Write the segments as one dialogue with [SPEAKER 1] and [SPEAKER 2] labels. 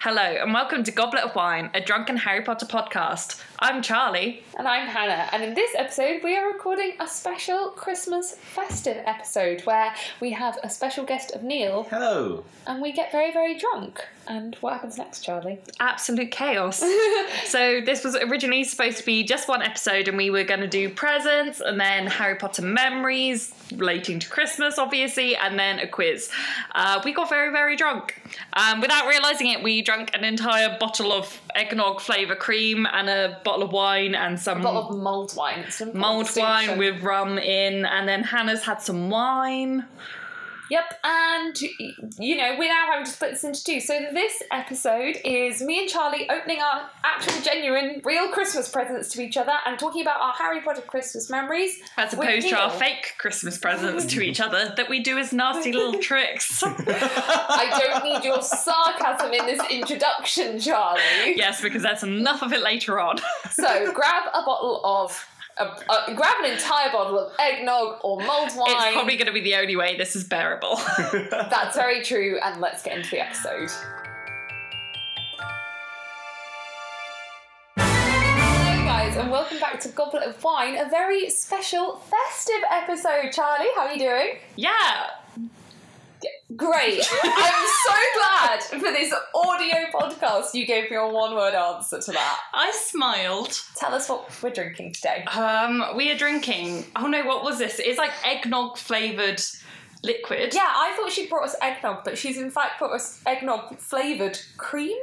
[SPEAKER 1] Hello, and welcome to Goblet of Wine, a drunken Harry Potter podcast. I'm Charlie.
[SPEAKER 2] And I'm Hannah, and in this episode, we are recording a special Christmas festive episode where we have a special guest of Neil
[SPEAKER 3] Hello.
[SPEAKER 2] and we get very, very drunk. And what happens next, Charlie?
[SPEAKER 1] Absolute chaos. so, this was originally supposed to be just one episode, and we were going to do presents and then Harry Potter memories relating to Christmas, obviously, and then a quiz. Uh, we got very, very drunk. Um, without realizing it, we drank an entire bottle of eggnog flavour cream and a bottle of wine and some
[SPEAKER 2] A bottle of mulled wine. It's an important
[SPEAKER 1] mulled wine
[SPEAKER 2] distinction.
[SPEAKER 1] with rum in, and then Hannah's had some wine.
[SPEAKER 2] Yep, and you know, we're now having to split this into two. So, this episode is me and Charlie opening our actual, genuine, real Christmas presents to each other and talking about our Harry Potter Christmas memories.
[SPEAKER 1] As
[SPEAKER 2] with
[SPEAKER 1] opposed to our
[SPEAKER 2] Neil.
[SPEAKER 1] fake Christmas presents to each other that we do as nasty little tricks.
[SPEAKER 2] I don't need your sarcasm in this introduction, Charlie.
[SPEAKER 1] yes, because that's enough of it later on.
[SPEAKER 2] So grab a bottle of, a, uh, grab an entire bottle of eggnog or mulled wine.
[SPEAKER 1] It's probably going to be the only way this is bearable.
[SPEAKER 2] That's very true. And let's get into the episode. Hello, guys, And welcome back to Goblet of Wine, a very special festive episode. Charlie, how are you doing?
[SPEAKER 1] yeah.
[SPEAKER 2] Great. I'm so glad for this audio podcast you gave me a one word answer to that.
[SPEAKER 1] I smiled.
[SPEAKER 2] Tell us what we're drinking today.
[SPEAKER 1] Um, we are drinking. Oh no, what was this? It's like eggnog flavored liquid.
[SPEAKER 2] Yeah, I thought she brought us eggnog, but she's in fact brought us eggnog flavoured cream.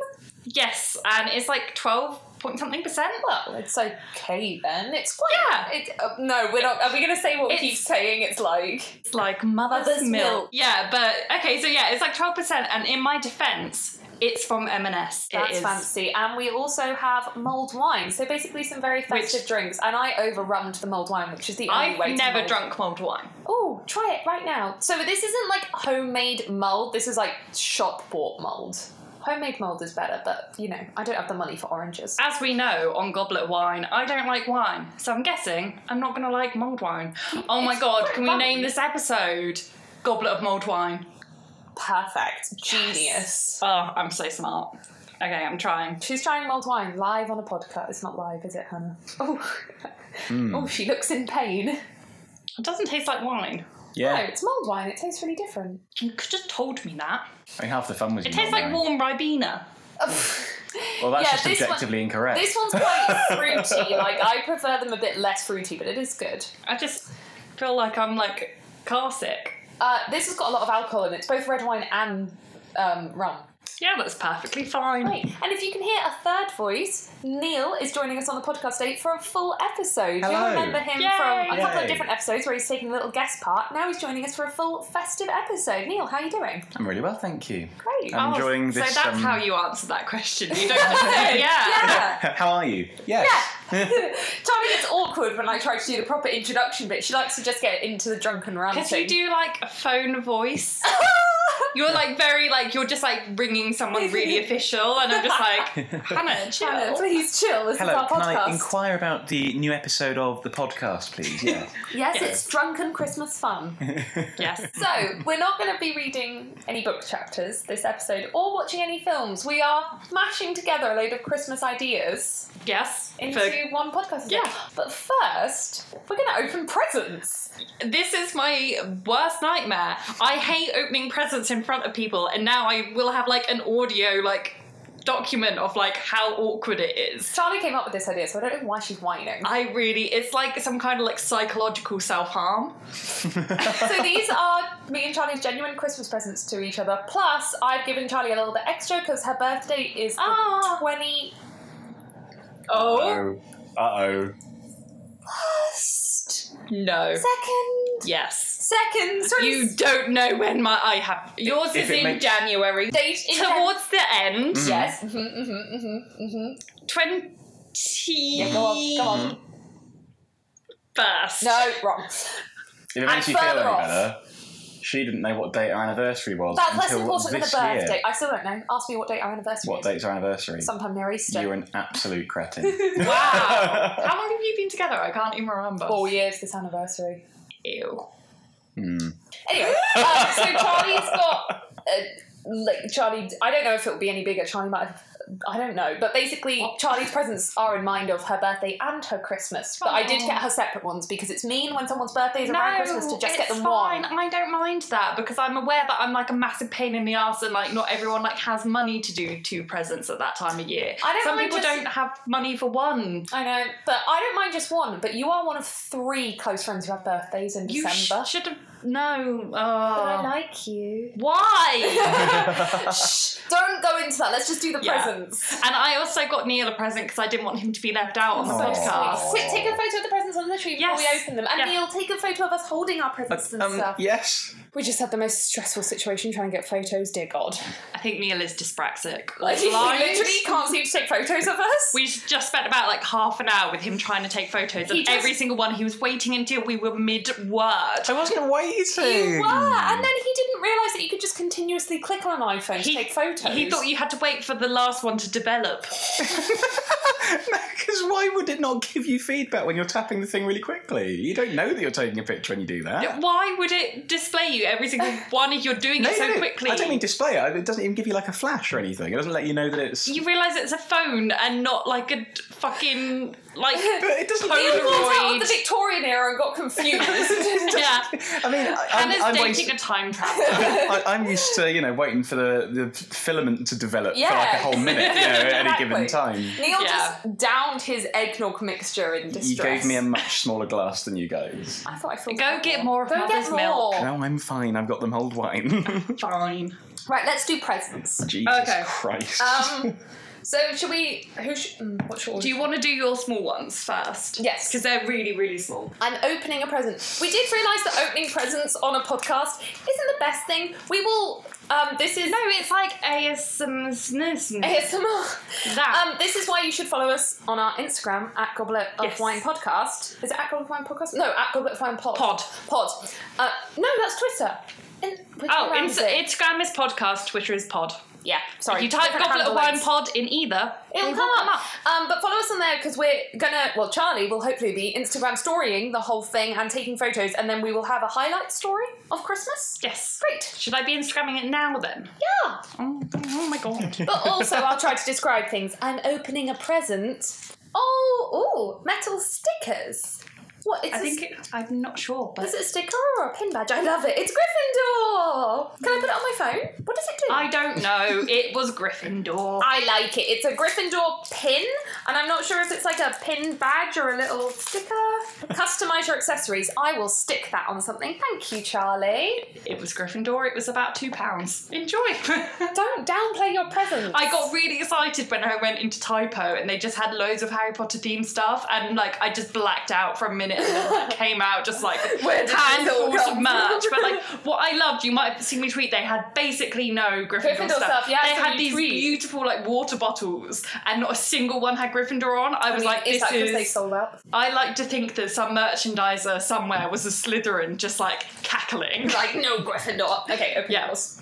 [SPEAKER 1] Yes, and it's like twelve point something percent.
[SPEAKER 2] Well, it's okay then. It's quite.
[SPEAKER 1] Yeah.
[SPEAKER 2] It, uh, no, we're not. Are we going to say what
[SPEAKER 1] It's-
[SPEAKER 2] we keep saying? It's like
[SPEAKER 1] It's like mother's,
[SPEAKER 2] Mother's
[SPEAKER 1] milk.
[SPEAKER 2] milk.
[SPEAKER 1] Yeah, but okay, so yeah, it's like twelve percent, and in my defense, it's from M&S. It
[SPEAKER 2] that's
[SPEAKER 1] is.
[SPEAKER 2] fancy. And we also have mulled wine. So basically, some very festive drinks. And I overrummed the mulled wine, which is the only way.
[SPEAKER 1] I've
[SPEAKER 2] to
[SPEAKER 1] never
[SPEAKER 2] mulled.
[SPEAKER 1] drunk mulled wine.
[SPEAKER 2] Oh, try it right now. So this isn't like homemade mulled. This is like shop bought mulled. Homemade mulled is better, but you know, I don't have the money for oranges.
[SPEAKER 1] As we know on Goblet Wine, I don't like wine, so I'm guessing I'm not gonna like mulled wine. Oh my
[SPEAKER 2] It's
[SPEAKER 1] god,
[SPEAKER 2] quite
[SPEAKER 1] can we
[SPEAKER 2] funny.
[SPEAKER 1] name this episode Goblet of Mulled Wine?
[SPEAKER 2] Perfect. Genius.
[SPEAKER 1] Oh, I'm so smart. Okay, I'm trying.
[SPEAKER 2] She's trying mulled wine live on a podcast. It's not live, is it, Hannah? Oh,
[SPEAKER 3] Hmm.
[SPEAKER 2] oh, she looks in pain.
[SPEAKER 1] It doesn't taste like wine.
[SPEAKER 2] No,
[SPEAKER 3] Yeah.
[SPEAKER 2] it's mulled wine. It tastes really different.
[SPEAKER 1] You could have told me that.
[SPEAKER 3] I mean, half the fun was.
[SPEAKER 1] It tastes like warm Ribena.
[SPEAKER 3] Well, that's
[SPEAKER 2] Yeah,
[SPEAKER 3] just
[SPEAKER 2] this one-
[SPEAKER 3] objectively incorrect.
[SPEAKER 2] this one's quite fruity. Like I prefer them a bit less fruity, but it is good.
[SPEAKER 1] I just feel like I'm like car sick.
[SPEAKER 2] Uh, this has got a lot of alcohol in it. It's both red wine and um, rum.
[SPEAKER 1] Yeah, that's perfectly fine.
[SPEAKER 2] Right. And if you can hear a third voice, Neil is joining us on the podcast today for a full episode. You'll
[SPEAKER 3] Hello.
[SPEAKER 2] remember him
[SPEAKER 1] Yay.
[SPEAKER 2] from a couple of
[SPEAKER 3] Yay.
[SPEAKER 2] different episodes where he's taking a little guest part. Now he's joining us for a full festive episode. Neil, how are you doing?
[SPEAKER 3] I'm really well, thank you.
[SPEAKER 2] Great.
[SPEAKER 3] I'm enjoying
[SPEAKER 1] Oh, so
[SPEAKER 3] this.
[SPEAKER 1] that's
[SPEAKER 3] um,
[SPEAKER 1] how you answer that question. You don't just
[SPEAKER 2] Oh,
[SPEAKER 1] say, yeah.
[SPEAKER 3] How are you? Yes.
[SPEAKER 2] Charlie gets awkward when I try to do the proper introduction bit. She likes to just get into the drunken ranting.
[SPEAKER 1] Because you do like a phone voice. You're like very like you're just like ringing someone really official, and I'm just like Hannah, chill.
[SPEAKER 2] Hannah, please chill. This is
[SPEAKER 3] Hello.
[SPEAKER 2] our
[SPEAKER 3] Can
[SPEAKER 2] podcast.
[SPEAKER 3] I inquire about the new episode of the podcast, please? Yeah.
[SPEAKER 2] yes, it's drunken Christmas fun.
[SPEAKER 1] Yes.
[SPEAKER 2] so we're not going to be reading any book chapters this episode or watching any films. We are mashing together a load of Christmas ideas
[SPEAKER 1] Yes.
[SPEAKER 2] into one podcast. episode.
[SPEAKER 1] Yeah.
[SPEAKER 2] But first, we're going to open presents.
[SPEAKER 1] For- this is my worst nightmare. I hate opening presents in front of people, and now I will have like an audio like document of like how awkward it is.
[SPEAKER 2] Charlie came up with this idea, so I don't know why she's whining.
[SPEAKER 1] I really, it's like some kind of like psychological self harm.
[SPEAKER 2] So these are me and Charlie's genuine Christmas presents to each other. Plus, I've given Charlie a little bit extra because her birthday is the
[SPEAKER 1] Ah.
[SPEAKER 2] 20
[SPEAKER 1] Oh
[SPEAKER 3] Uh oh.
[SPEAKER 2] second.
[SPEAKER 1] no! Yes,
[SPEAKER 2] Second. Sorry.
[SPEAKER 1] you don't know when my I have yours
[SPEAKER 3] If
[SPEAKER 1] is
[SPEAKER 3] it
[SPEAKER 1] in
[SPEAKER 3] makes-
[SPEAKER 1] January.
[SPEAKER 2] date in
[SPEAKER 1] towards Mm. the end.
[SPEAKER 2] Jan- Yes. hmm hmm hmm hmm
[SPEAKER 1] Twenty.
[SPEAKER 2] Yeah, go on, go on.
[SPEAKER 1] First.
[SPEAKER 2] No, wrong.
[SPEAKER 3] If it
[SPEAKER 2] And
[SPEAKER 3] makes you feel any
[SPEAKER 2] further off.
[SPEAKER 3] better, she didn't know what date our anniversary was
[SPEAKER 2] That's less
[SPEAKER 3] until
[SPEAKER 2] important than a
[SPEAKER 3] this
[SPEAKER 2] birthday.
[SPEAKER 3] year.
[SPEAKER 2] I still don't know. Ask me what date our anniversary
[SPEAKER 3] What
[SPEAKER 2] is.
[SPEAKER 3] date's our anniversary?
[SPEAKER 2] Sometime near Easter.
[SPEAKER 3] You're an absolute cretin.
[SPEAKER 1] Wow. How long have you been together? I can't even remember.
[SPEAKER 2] Four years this anniversary.
[SPEAKER 1] Ew.
[SPEAKER 3] Hmm.
[SPEAKER 2] Anyway, um, so Charlie's got. Uh, like Charlie, I don't know if it'll be any bigger. Charlie might have, I don't know. But basically, Charlie's presents are in mind of her birthday and her Christmas. But I did
[SPEAKER 1] Aw.
[SPEAKER 2] get her separate ones because it's mean when someone's birthday is around Christmas to just get
[SPEAKER 1] it's
[SPEAKER 2] them
[SPEAKER 1] fine.
[SPEAKER 2] one.
[SPEAKER 1] I don't mind that because I'm aware that I'm like a massive pain in the ass and like not everyone like has money to do two presents at that time of year.
[SPEAKER 2] I don't
[SPEAKER 1] Some
[SPEAKER 2] mind
[SPEAKER 1] people
[SPEAKER 2] just-
[SPEAKER 1] don't have money for one.
[SPEAKER 2] I know, but I don't mind just one. But you are one of three close friends who have birthdays in
[SPEAKER 1] You
[SPEAKER 2] December.
[SPEAKER 1] should have no.
[SPEAKER 2] but I
[SPEAKER 1] Oh.
[SPEAKER 2] like you.
[SPEAKER 1] Why?
[SPEAKER 2] Shh, don't go into that. Let's just do the
[SPEAKER 1] Yeah.
[SPEAKER 2] presents.
[SPEAKER 1] and I also got Neil a present because I didn't want him to be left out on the
[SPEAKER 2] So
[SPEAKER 3] Aw.
[SPEAKER 1] podcast.
[SPEAKER 2] sweet. Quick, take a photo of the presents on the tree before
[SPEAKER 1] Yes.
[SPEAKER 2] we open them. And
[SPEAKER 1] Yeah.
[SPEAKER 2] Neil, take a photo of us holding our presents and
[SPEAKER 3] Um,
[SPEAKER 2] stuff.
[SPEAKER 3] yes.
[SPEAKER 2] We just had the most stressful situation trying to get photos, dear God.
[SPEAKER 1] I think Neil is dyspraxic.
[SPEAKER 2] Like,
[SPEAKER 1] Like,
[SPEAKER 2] he
[SPEAKER 1] blind.
[SPEAKER 2] literally can't seem to take photos of us.
[SPEAKER 1] We just spent about like half an hour with him trying to take photos of
[SPEAKER 2] He just-
[SPEAKER 1] every single one. He was waiting until we were mid word.
[SPEAKER 3] I wasn't waiting.
[SPEAKER 2] you were, and then he didn't realise that you could just continuously click on an iPhone to take photos.
[SPEAKER 1] He thought you had to wait for the last one to develop.
[SPEAKER 3] Because why would it not give you feedback when you're tapping the thing really quickly? You don't know that you're taking a picture when you do that.
[SPEAKER 1] Why would it display you every single one if you're doing
[SPEAKER 3] No,
[SPEAKER 1] it so
[SPEAKER 3] no, no.
[SPEAKER 1] quickly?
[SPEAKER 3] I don't mean display. it. It doesn't even give you like a flash or anything. It doesn't let you know that it's.
[SPEAKER 1] you realise it's a phone and not like a d- fucking like.
[SPEAKER 3] But it doesn't.
[SPEAKER 1] Polaroid.
[SPEAKER 2] He pulled out of the Victorian era and got confused.
[SPEAKER 1] yeah,
[SPEAKER 3] I mean, I,
[SPEAKER 1] and
[SPEAKER 3] I'm,
[SPEAKER 1] it's
[SPEAKER 3] I'm,
[SPEAKER 1] dating
[SPEAKER 3] waiting-
[SPEAKER 1] a time traveler.
[SPEAKER 3] I, I'm used to you know waiting for the, the filament to develop for like a
[SPEAKER 2] Yeah.
[SPEAKER 3] whole minute you know, at any
[SPEAKER 2] Exactly.
[SPEAKER 3] given time.
[SPEAKER 2] Neil
[SPEAKER 1] Yeah.
[SPEAKER 2] just downed his eggnog mixture in distress.
[SPEAKER 3] You gave me a much smaller glass than you guys.
[SPEAKER 2] I thought I felt
[SPEAKER 1] Go get more of
[SPEAKER 2] Go get
[SPEAKER 1] mother's
[SPEAKER 2] more.
[SPEAKER 1] milk.
[SPEAKER 3] No, I'm fine. I've got them old wine.
[SPEAKER 1] Fine.
[SPEAKER 2] Right, let's do presents.
[SPEAKER 3] Jesus
[SPEAKER 1] Okay.
[SPEAKER 3] Christ.
[SPEAKER 2] Um, so should we? Who should? mm, What should we?
[SPEAKER 1] Do you want to do your small ones first?
[SPEAKER 2] Yes.
[SPEAKER 1] because they're really really small.
[SPEAKER 2] I'm opening a present. We did realise that opening presents on a podcast isn't the best thing. We will. Um, this is
[SPEAKER 1] No, it's like ASMR.
[SPEAKER 2] ASMR.
[SPEAKER 1] That.
[SPEAKER 2] Um, this is why you should follow us on our Instagram at Goblet of
[SPEAKER 1] Yes.
[SPEAKER 2] Wine Podcast. Is it at Goblet of Wine Podcast? No, at Goblet of Wine Pod.
[SPEAKER 1] Pod.
[SPEAKER 2] Pod. Uh, no, that's Twitter. In, which
[SPEAKER 1] Oh,
[SPEAKER 2] one
[SPEAKER 1] Ins-
[SPEAKER 2] is it?
[SPEAKER 1] Instagram is podcast, Twitter is pod.
[SPEAKER 2] yeah. Sorry.
[SPEAKER 1] If you type
[SPEAKER 2] different
[SPEAKER 1] goblet of
[SPEAKER 2] handle
[SPEAKER 1] wine
[SPEAKER 2] links.
[SPEAKER 1] pod in either,
[SPEAKER 2] It'll
[SPEAKER 1] they
[SPEAKER 2] come
[SPEAKER 1] will
[SPEAKER 2] up. Um, but follow us on there because we're gonna. Well, Charlie will hopefully be Instagram storying the whole thing and taking photos, and then we will have a highlight story of Christmas.
[SPEAKER 1] Yes.
[SPEAKER 2] Great.
[SPEAKER 1] Should I be Instagramming it now then?
[SPEAKER 2] Yeah.
[SPEAKER 1] Oh, oh my god.
[SPEAKER 2] But also, I'll try to describe things. I'm opening a present. Oh, ooh, metal stickers. What is
[SPEAKER 1] I
[SPEAKER 2] this?
[SPEAKER 1] think it, I'm not sure, but
[SPEAKER 2] Is it a sticker or a pin badge? I love it. It's Gryffindor. Can I put it on my phone? What does it do?
[SPEAKER 1] I don't know. It was Gryffindor.
[SPEAKER 2] I like it. It's a Gryffindor pin, and I'm not sure if it's like a pin badge or a little sticker. Customize your accessories. I will stick that on something. Thank you, Charlie.
[SPEAKER 1] It was Gryffindor. It was about two pounds. Enjoy.
[SPEAKER 2] Don't downplay your presents.
[SPEAKER 1] I got really excited when I went into Typo and they just had loads of Harry Potter themed stuff and like I just blacked out for a minute and then came out just like
[SPEAKER 2] Where did this all
[SPEAKER 1] handfuls
[SPEAKER 2] come
[SPEAKER 1] of
[SPEAKER 2] from?
[SPEAKER 1] merch. But like what I loved, you might have seen me tweet, they had basically no Gryffindor,
[SPEAKER 2] Gryffindor stuff, yeah,
[SPEAKER 1] they
[SPEAKER 2] so
[SPEAKER 1] had
[SPEAKER 2] you
[SPEAKER 1] these
[SPEAKER 2] tweet.
[SPEAKER 1] beautiful like water bottles and not a single one had Gryffindor on. I was like, this
[SPEAKER 2] is that because
[SPEAKER 1] is
[SPEAKER 2] they sold out?
[SPEAKER 1] I like to think that some merchandiser somewhere was a Slytherin just like cackling.
[SPEAKER 2] Like no Gryffindor. Okay, open
[SPEAKER 1] Yeah.
[SPEAKER 2] yours.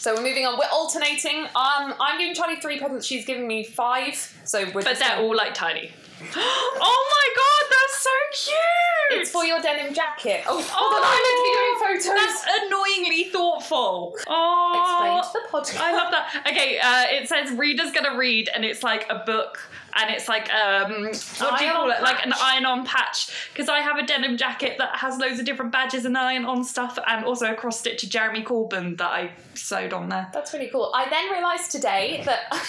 [SPEAKER 2] So we're moving on. We're alternating. Um, I'm giving Charlie three presents. She's giving me five. So we're
[SPEAKER 1] But
[SPEAKER 2] just
[SPEAKER 1] they're
[SPEAKER 2] gonna-
[SPEAKER 1] all like tiny. oh my god, that's so cute!
[SPEAKER 2] It's for your denim jacket. Oh,
[SPEAKER 1] Oh,
[SPEAKER 2] hold on, I'm meant to be doing photos.
[SPEAKER 1] That's annoyingly thoughtful. Oh,
[SPEAKER 2] Explain to the podcast.
[SPEAKER 1] I love that. Okay, uh, it says reader's gonna read, and it's like a book, and it's like um, what do you call
[SPEAKER 2] Iron-on
[SPEAKER 1] it? Like an
[SPEAKER 2] patch.
[SPEAKER 1] iron-on patch. Because I have a denim jacket that has loads of different badges and iron-on stuff, and also a cross stitch of Jeremy Corbyn that I sewed on there.
[SPEAKER 2] That's really cool. I then realised today that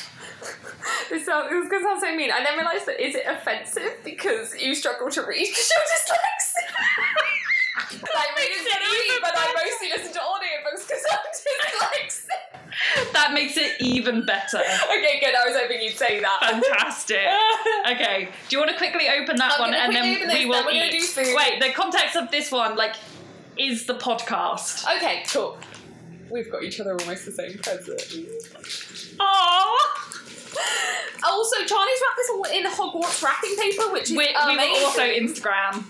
[SPEAKER 2] this sounds this is gonna sound so mean. I then realised that is it offensive because you struggle to read because you're dyslexic. I read
[SPEAKER 1] makes
[SPEAKER 2] and
[SPEAKER 1] it
[SPEAKER 2] read,
[SPEAKER 1] even
[SPEAKER 2] but I
[SPEAKER 1] better.
[SPEAKER 2] mostly listen to audiobooks because I'm dyslexic.
[SPEAKER 1] That makes it even better.
[SPEAKER 2] okay, good. I was hoping you'd say that.
[SPEAKER 1] Fantastic. Okay, do you want to quickly open that
[SPEAKER 2] I'm
[SPEAKER 1] one
[SPEAKER 2] gonna
[SPEAKER 1] and then
[SPEAKER 2] quickly
[SPEAKER 1] we
[SPEAKER 2] open this,
[SPEAKER 1] will
[SPEAKER 2] then we're gonna
[SPEAKER 1] eat?
[SPEAKER 2] do food.
[SPEAKER 1] Wait, the context of this one, like, is the podcast.
[SPEAKER 2] okay, cool. We've got each other almost the same present.
[SPEAKER 1] Aww.
[SPEAKER 2] Also, Charlie's wrapped this all in Hogwarts wrapping paper, which is
[SPEAKER 1] We, we
[SPEAKER 2] amazing.
[SPEAKER 1] will also Instagram.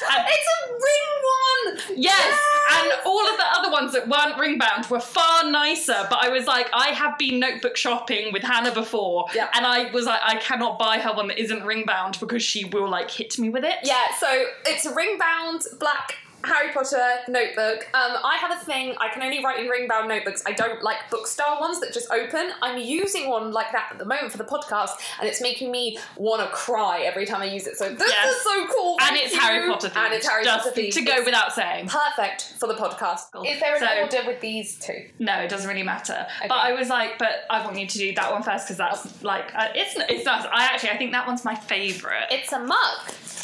[SPEAKER 1] And-
[SPEAKER 2] It's a ring one.
[SPEAKER 1] yes, and all of the other ones that weren't ring bound were far nicer. But I was like, I have been notebook shopping with Hannah before,
[SPEAKER 2] Yeah.
[SPEAKER 1] and I was like, I cannot buy her one that isn't ring bound because she will like hit me with it.
[SPEAKER 2] Yeah, so it's a ring bound black Harry Potter notebook. Um, I have a thing. I can only write in ring bound notebooks. I don't like book style ones that just open. I'm using one like that at the moment for the podcast, and it's making me want to cry every time I use it. So this
[SPEAKER 1] Yes.
[SPEAKER 2] is so cool.
[SPEAKER 1] and
[SPEAKER 2] Thank
[SPEAKER 1] it's
[SPEAKER 2] you.
[SPEAKER 1] Harry Potter
[SPEAKER 2] And it's
[SPEAKER 1] themed,
[SPEAKER 2] Harry
[SPEAKER 1] just
[SPEAKER 2] Potter themed.
[SPEAKER 1] to go
[SPEAKER 2] It's
[SPEAKER 1] without saying.
[SPEAKER 2] perfect for the podcast. Is there an
[SPEAKER 1] So-
[SPEAKER 2] order with these two?
[SPEAKER 1] No, it doesn't really matter.
[SPEAKER 2] Okay.
[SPEAKER 1] But I was like, but I want you to do that one first because that's like uh, it's it's nice. I actually I think that one's my favourite.
[SPEAKER 2] It's a mug.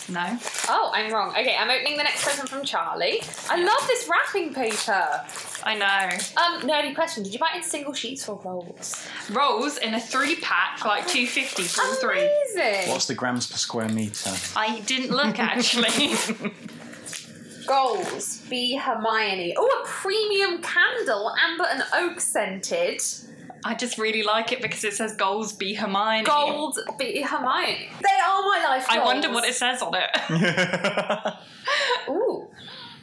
[SPEAKER 1] No,
[SPEAKER 2] Oh, I'm wrong. Okay, I'm opening the next present from Charlie. I love this wrapping paper.
[SPEAKER 1] I know.
[SPEAKER 2] Um, nerdy question: Did you buy it in single sheets or rolls?
[SPEAKER 1] rolls in a three pack for like two fifty for all three.
[SPEAKER 2] Amazing.
[SPEAKER 3] What's the grams per square meter?
[SPEAKER 1] I didn't look actually.
[SPEAKER 2] Goals. Be Hermione. Oh, a premium candle, amber and oak scented.
[SPEAKER 1] I just really like it because it says goals be Hermione.
[SPEAKER 2] Gold. Be Hermione. They are my life.
[SPEAKER 1] I
[SPEAKER 2] goals.
[SPEAKER 1] wonder what it says on it.
[SPEAKER 2] Ooh.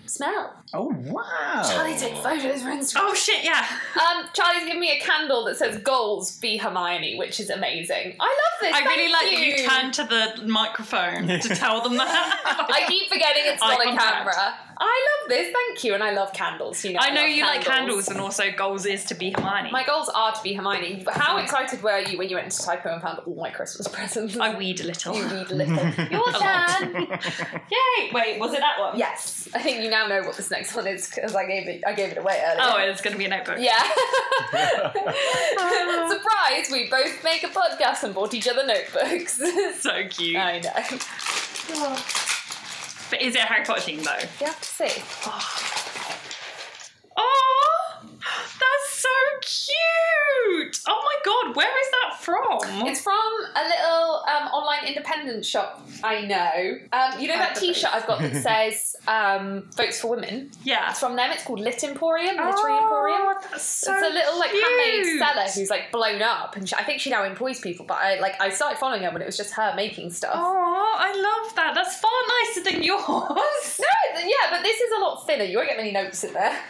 [SPEAKER 2] Smell.
[SPEAKER 3] oh wow!
[SPEAKER 2] Charlie, take photos for Instagram.
[SPEAKER 1] oh shit, yeah.
[SPEAKER 2] Um, Charlie's given me a candle that says "Goals be Hermione," which is amazing. I love this.
[SPEAKER 1] I really like
[SPEAKER 2] thank
[SPEAKER 1] that
[SPEAKER 2] you.
[SPEAKER 1] you turned to the microphone to tell them that.
[SPEAKER 2] I keep forgetting it's
[SPEAKER 1] Eye
[SPEAKER 2] not a
[SPEAKER 1] contact.
[SPEAKER 2] camera. I love this, thank you, and I love candles. You know,
[SPEAKER 1] I know
[SPEAKER 2] love
[SPEAKER 1] you like candles and also goals is to be Hermione.
[SPEAKER 2] My goals are to be Hermione. But How excited were you when you went to Typo and found all my Christmas presents?
[SPEAKER 1] I weed a little.
[SPEAKER 2] You need a little. Your
[SPEAKER 1] A lot.
[SPEAKER 2] turn.
[SPEAKER 1] Yay! Wait, was it that one?
[SPEAKER 2] yes, I think you now know what this next one is because I gave it. I gave it away earlier.
[SPEAKER 1] Oh, it's going to be a notebook.
[SPEAKER 2] Yeah. Surprise! We both make a podcast and bought each other notebooks.
[SPEAKER 1] So cute.
[SPEAKER 2] I know.
[SPEAKER 1] But is it a Harry Potter theme though?
[SPEAKER 2] You have to see.
[SPEAKER 1] Oh, that's so cute! Oh my god, where is that from?
[SPEAKER 2] It's from a little um, online independent shop I know. Um, you know that
[SPEAKER 1] Advertise.
[SPEAKER 2] T-shirt I've got that says um, "Votes for Women."
[SPEAKER 1] yeah.
[SPEAKER 2] It's from them. It's called Lit Emporium, Literary Emporium.
[SPEAKER 1] Oh, that's so
[SPEAKER 2] it's a little like handmade
[SPEAKER 1] cute.
[SPEAKER 2] seller who's like blown up, and she, I think she now employs people. But I like I started following her when it was just her making stuff.
[SPEAKER 1] Oh, I love that. That's far nicer than yours.
[SPEAKER 2] No, th- yeah, but this is a lot thinner. You won't get many notes in there.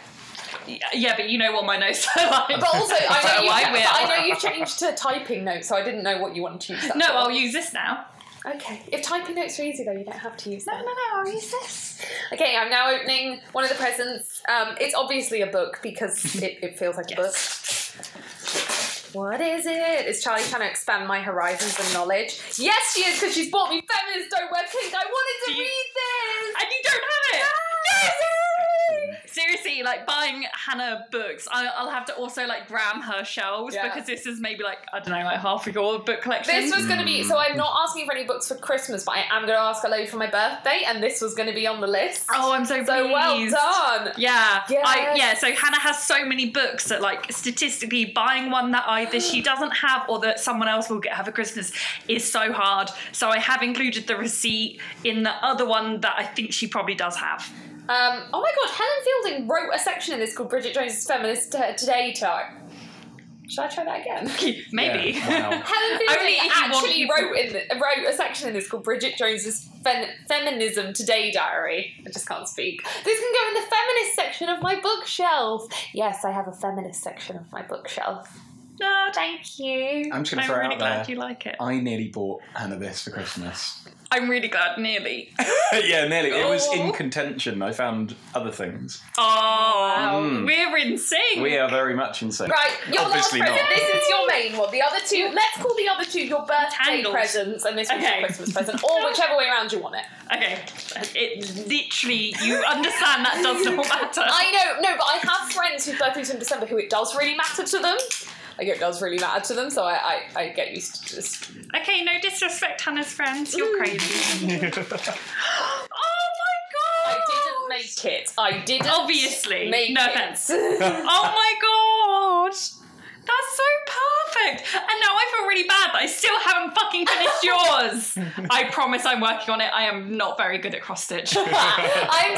[SPEAKER 1] Yeah, but you know what my notes are like.
[SPEAKER 2] But also, I know
[SPEAKER 1] So
[SPEAKER 2] you,
[SPEAKER 1] I will.
[SPEAKER 2] I know you changed to typing notes, so I didn't know what you wanted to use. That
[SPEAKER 1] no,
[SPEAKER 2] for.
[SPEAKER 1] I'll use this now.
[SPEAKER 2] okay. If typing notes are easy though, you don't have to use them.
[SPEAKER 1] no, I'll use this.
[SPEAKER 2] Okay, I'm now opening one of the presents. Um, it's obviously a book because it, it feels like a book. What is it? Is Charlie trying to expand my horizons and knowledge? Yes, she is because she's bought me Feminists Don't Wear Pink. I wanted to
[SPEAKER 1] Do you-
[SPEAKER 2] read this.
[SPEAKER 1] And you don't have it.
[SPEAKER 2] Ah!
[SPEAKER 1] Yes! Seriously, like buying Hannah books, I, I'll have to also like ram her shelves
[SPEAKER 2] Yeah.
[SPEAKER 1] because this is maybe like I don't know, like half of your book collection.
[SPEAKER 2] This was going to be so.
[SPEAKER 1] Mm.
[SPEAKER 2] I'm not asking for any books for Christmas, but I am going to ask a load for my birthday, and this was going to be on the list.
[SPEAKER 1] oh, I'm so pleased.
[SPEAKER 2] so well done.
[SPEAKER 1] Yeah, I,
[SPEAKER 2] Yes.
[SPEAKER 1] yeah. So Hannah has so many books that, like, statistically, buying one that either she doesn't have or that someone else will get her for Christmas is so hard. So I have included the receipt in the other one that I think she probably does have.
[SPEAKER 2] Um, oh my god, Helen Fielding wrote a section in this called Bridget Jones's Feminist uh, Today Chart. Should I try that again?
[SPEAKER 1] Maybe.
[SPEAKER 3] Yeah, wow.
[SPEAKER 2] Helen
[SPEAKER 1] Only
[SPEAKER 2] Fielding
[SPEAKER 1] if you want
[SPEAKER 2] actually
[SPEAKER 1] people-
[SPEAKER 2] wrote in wrote a section in this called Bridget Jones's Fen- Feminism Today Diary. I just can't speak. This can go in the feminist section of my bookshelf. Yes, I have a feminist section of my bookshelf.
[SPEAKER 1] no, thank you.
[SPEAKER 3] I'm just gonna throw it
[SPEAKER 1] really
[SPEAKER 3] out
[SPEAKER 1] glad
[SPEAKER 3] there.
[SPEAKER 1] you like it.
[SPEAKER 3] I nearly bought Hannah this for Christmas.
[SPEAKER 1] I'm really glad, nearly.
[SPEAKER 3] yeah, nearly. It was
[SPEAKER 2] Oh.
[SPEAKER 3] in contention. I found other things.
[SPEAKER 1] Oh,
[SPEAKER 3] Mm.
[SPEAKER 1] we're in sync.
[SPEAKER 3] We are very much insane.
[SPEAKER 2] Right, your
[SPEAKER 3] Obviously
[SPEAKER 2] last present.
[SPEAKER 3] not.
[SPEAKER 2] This is your main one. The other two, let's call the other two your birthday
[SPEAKER 1] Tangled.
[SPEAKER 2] presents, and this one's
[SPEAKER 1] Okay.
[SPEAKER 2] your Christmas present, or whichever way around you want it.
[SPEAKER 1] Okay, it literally, you understand that does not matter.
[SPEAKER 2] I know, no, but I have friends whose birthdays in December who it does really matter to them. Like it does really matter to them, so I, I, I get used to just.
[SPEAKER 1] Okay, no disrespect, Hannah's friends. You're
[SPEAKER 2] Mm.
[SPEAKER 1] crazy. oh my
[SPEAKER 2] I
[SPEAKER 1] god!
[SPEAKER 2] didn't make it. I didn't.
[SPEAKER 1] Obviously.
[SPEAKER 2] make
[SPEAKER 1] No
[SPEAKER 2] it.
[SPEAKER 1] offense. Oh my god! That's so perfect! And now I feel really bad that I still haven't fucking finished yours! I promise I'm working on it. I am not very good at cross stitch.
[SPEAKER 2] I'm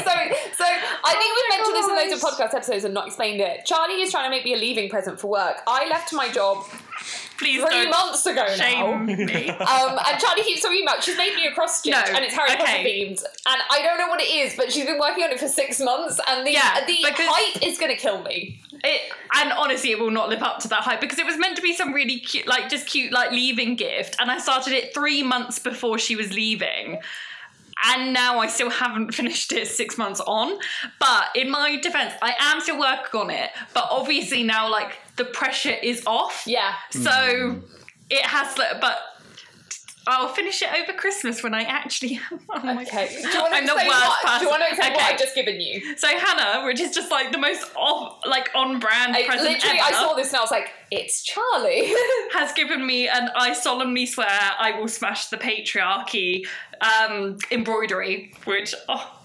[SPEAKER 2] sorry. So I think
[SPEAKER 1] Oh
[SPEAKER 2] we've
[SPEAKER 1] my
[SPEAKER 2] mentioned this in
[SPEAKER 1] gosh.
[SPEAKER 2] loads of podcast episodes and not explained it. Charlie is trying to make me a leaving present for work. I left my job
[SPEAKER 1] Please
[SPEAKER 2] 3
[SPEAKER 1] don't
[SPEAKER 2] months ago now.
[SPEAKER 1] shame me.
[SPEAKER 2] Um, and Charlie keeps talking about she's made me a cross stitch
[SPEAKER 1] No,
[SPEAKER 2] and it's Harry Potter
[SPEAKER 1] okay.
[SPEAKER 2] themed and I don't know what it is but she's been working on it for six months and the
[SPEAKER 1] Yeah,
[SPEAKER 2] the
[SPEAKER 1] because-
[SPEAKER 2] height is gonna kill me.
[SPEAKER 1] It, and honestly, it will not live up to that hype because it was meant to be some really cute, like just cute, like leaving gift. And I started it three months before she was leaving. and now I still haven't finished it six months on. But in my defense, I am still working on it. But obviously now, like the pressure is off.
[SPEAKER 2] Yeah. Hmm.
[SPEAKER 1] So it has, like, but I'll finish it over Christmas when I actually. Oh my
[SPEAKER 2] Okay. Do you want to
[SPEAKER 1] I'm the
[SPEAKER 2] explain,
[SPEAKER 1] worst
[SPEAKER 2] what, do
[SPEAKER 1] person.
[SPEAKER 2] you want to explain what
[SPEAKER 1] Okay.
[SPEAKER 2] I've just given you?
[SPEAKER 1] So Hannah, which is just like the most off, like on brand
[SPEAKER 2] I,
[SPEAKER 1] present
[SPEAKER 2] literally, I
[SPEAKER 1] ever,
[SPEAKER 2] saw this and I was like, it's Charlie.
[SPEAKER 1] has given me an I solemnly swear I will smash the patriarchy um, embroidery, which oh,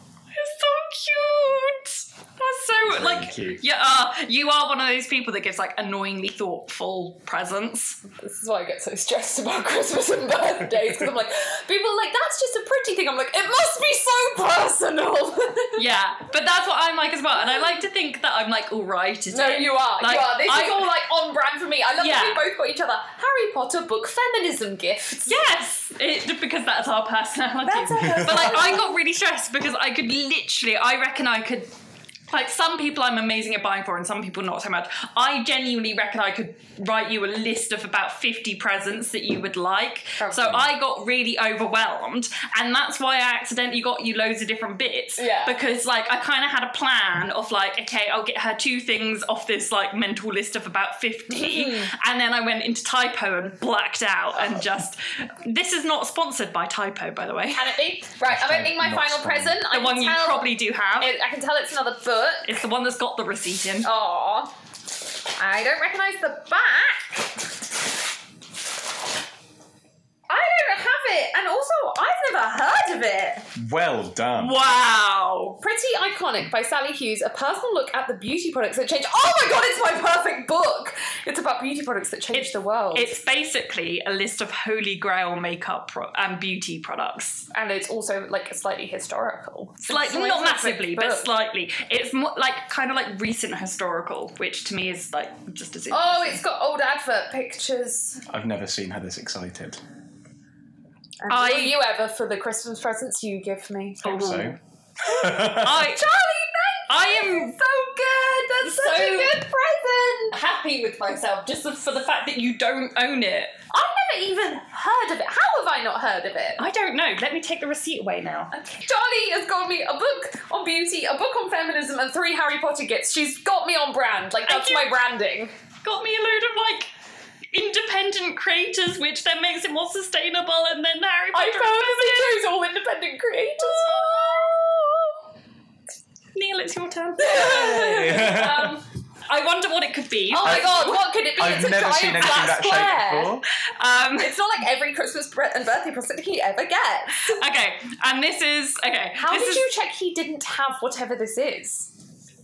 [SPEAKER 1] it's so cute. That's so
[SPEAKER 3] Very
[SPEAKER 1] like
[SPEAKER 3] cute.
[SPEAKER 1] yeah. Uh, you are one of those people that gives like annoyingly thoughtful presents.
[SPEAKER 2] this is why I get so stressed about Christmas and birthdays because I'm like, people are like, that's just a pretty thing. I'm like, it must be so personal.
[SPEAKER 1] Yeah, but that's what I'm like as well, and I like to think that I'm like all right. Is
[SPEAKER 2] no,
[SPEAKER 1] it?
[SPEAKER 2] you are.
[SPEAKER 1] Like,
[SPEAKER 2] you are. This
[SPEAKER 1] I-
[SPEAKER 2] is all like on brand for me. I love
[SPEAKER 1] Yeah.
[SPEAKER 2] that we both got each other Harry Potter book feminism gifts.
[SPEAKER 1] Yes, it, because that's our personality.
[SPEAKER 2] That's our
[SPEAKER 1] but like, I got really stressed because I could literally, I reckon I could. Like some people I'm amazing at buying for and some people not so much. I genuinely reckon I could write you a list of about 50 presents that you would like.
[SPEAKER 2] Oh.
[SPEAKER 1] So I got really overwhelmed and that's why I accidentally got you loads of different bits.
[SPEAKER 2] Yeah.
[SPEAKER 1] Because like I kind of had a plan of like, okay, I'll get her two things off this like mental list of about 50 and then I went into typo and blacked out and just, this is not sponsored by typo by the way.
[SPEAKER 2] Can it be? Right, I'm opening my
[SPEAKER 3] Not
[SPEAKER 2] final
[SPEAKER 3] spam.
[SPEAKER 2] present. I
[SPEAKER 1] The
[SPEAKER 2] can
[SPEAKER 1] one you
[SPEAKER 2] tell,
[SPEAKER 1] probably do have.
[SPEAKER 2] I can tell it's another book.
[SPEAKER 1] It's the one that's got the receipt in.
[SPEAKER 2] Oh. Aw. I don't recognise the back. I don't have it, and also I've never heard of it.
[SPEAKER 3] Well done.
[SPEAKER 1] Wow.
[SPEAKER 2] Pretty Iconic by Sally Hughes, a personal look at the beauty products that change. Oh my god, it's my perfect book! It's about beauty products that change
[SPEAKER 1] It-
[SPEAKER 2] the world.
[SPEAKER 1] It's basically a list of holy grail makeup pro- and beauty products.
[SPEAKER 2] and it's also like slightly historical. It's
[SPEAKER 1] Like
[SPEAKER 2] my
[SPEAKER 1] not
[SPEAKER 2] perfect
[SPEAKER 1] massively, but
[SPEAKER 2] book.
[SPEAKER 1] slightly. It's more like kind of like recent historical, which to me is like just as.
[SPEAKER 2] Oh, it's got old advert pictures.
[SPEAKER 3] I've never seen her this excited.
[SPEAKER 2] And
[SPEAKER 1] I-
[SPEAKER 2] will you ever for the Christmas presents you give me?
[SPEAKER 1] Ooh.
[SPEAKER 3] So.
[SPEAKER 2] Um,
[SPEAKER 1] I,
[SPEAKER 2] Charlie,
[SPEAKER 1] I am
[SPEAKER 2] so good. That's
[SPEAKER 1] such a good
[SPEAKER 2] present.
[SPEAKER 1] happy with myself just for the fact that you don't own it.
[SPEAKER 2] I've never even heard of it. How have I not heard of it?
[SPEAKER 1] I don't know. Let me take the receipt away now.
[SPEAKER 2] Charlie has got me a book on beauty, a book on feminism, and three Harry Potter gifts. She's got me on brand. Like that's
[SPEAKER 1] you-
[SPEAKER 2] my branding.
[SPEAKER 1] Got me a load of like independent creators, which then makes it more sustainable, and then Harry
[SPEAKER 2] I
[SPEAKER 1] Potter.
[SPEAKER 2] found chose all independent creators.
[SPEAKER 1] Neil, it's your turn.
[SPEAKER 3] I've
[SPEAKER 1] um, I wonder what it could be.
[SPEAKER 2] Oh my
[SPEAKER 3] I've-
[SPEAKER 2] god, what could it be? it's a
[SPEAKER 3] never
[SPEAKER 2] giant
[SPEAKER 3] seen anything
[SPEAKER 2] flat
[SPEAKER 3] that
[SPEAKER 2] square.
[SPEAKER 3] shape before.
[SPEAKER 1] Um,
[SPEAKER 2] It's not like every Christmas bre- and birthday present he ever gets.
[SPEAKER 1] okay, and this is okay.
[SPEAKER 2] How
[SPEAKER 1] this
[SPEAKER 2] did
[SPEAKER 1] is
[SPEAKER 2] you check he didn't have whatever this is?